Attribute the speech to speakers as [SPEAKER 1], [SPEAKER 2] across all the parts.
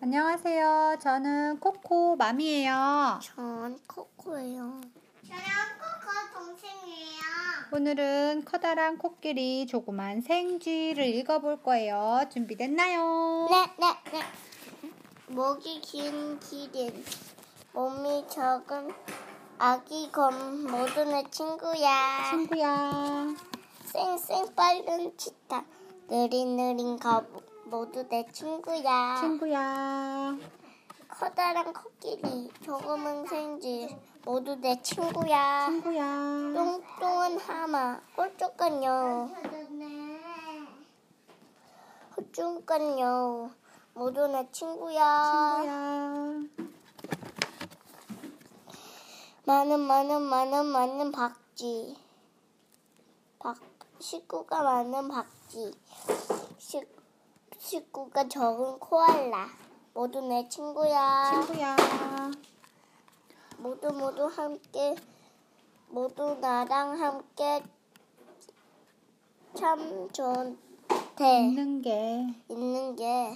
[SPEAKER 1] 안녕하세요. 저는 코코 맘이에요.
[SPEAKER 2] 전 코코예요. 저랑 코코 동생이에요.
[SPEAKER 1] 오늘은 커다란 코끼리 조그만 생쥐를 읽어볼 거예요. 준비됐나요?
[SPEAKER 2] 네, 네, 네. 목이 긴 기린, 몸이 적은 아기 검 모든 내 친구야.
[SPEAKER 1] 친구야.
[SPEAKER 2] 쌩쌩 빠른 치타, 느린 느린 거북 모두 내 친구야.
[SPEAKER 1] 친구야.
[SPEAKER 2] 커다란 코끼리, 조그만 생쥐 모두 내 친구야.
[SPEAKER 1] 친구야.
[SPEAKER 2] 뚱뚱한 하마, 꼴쭉한 여우. 꼴쭉한 여우, 모두 내 친구야.
[SPEAKER 1] 친구야.
[SPEAKER 2] 많은 많은 많은 많은 박쥐. 박 식구가 많은 박쥐. 식 식구가 적은 코알라. 모두 내 친구야.
[SPEAKER 1] 친구야.
[SPEAKER 2] 모두 모두 함께 모두 나랑 함께 참 좋대
[SPEAKER 1] 있는 게
[SPEAKER 2] 있는 게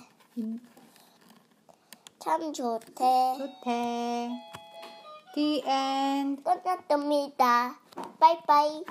[SPEAKER 2] 참
[SPEAKER 1] 있-
[SPEAKER 2] 좋대
[SPEAKER 1] 좋대. The end.
[SPEAKER 2] 끝났답니다. 빠이빠이.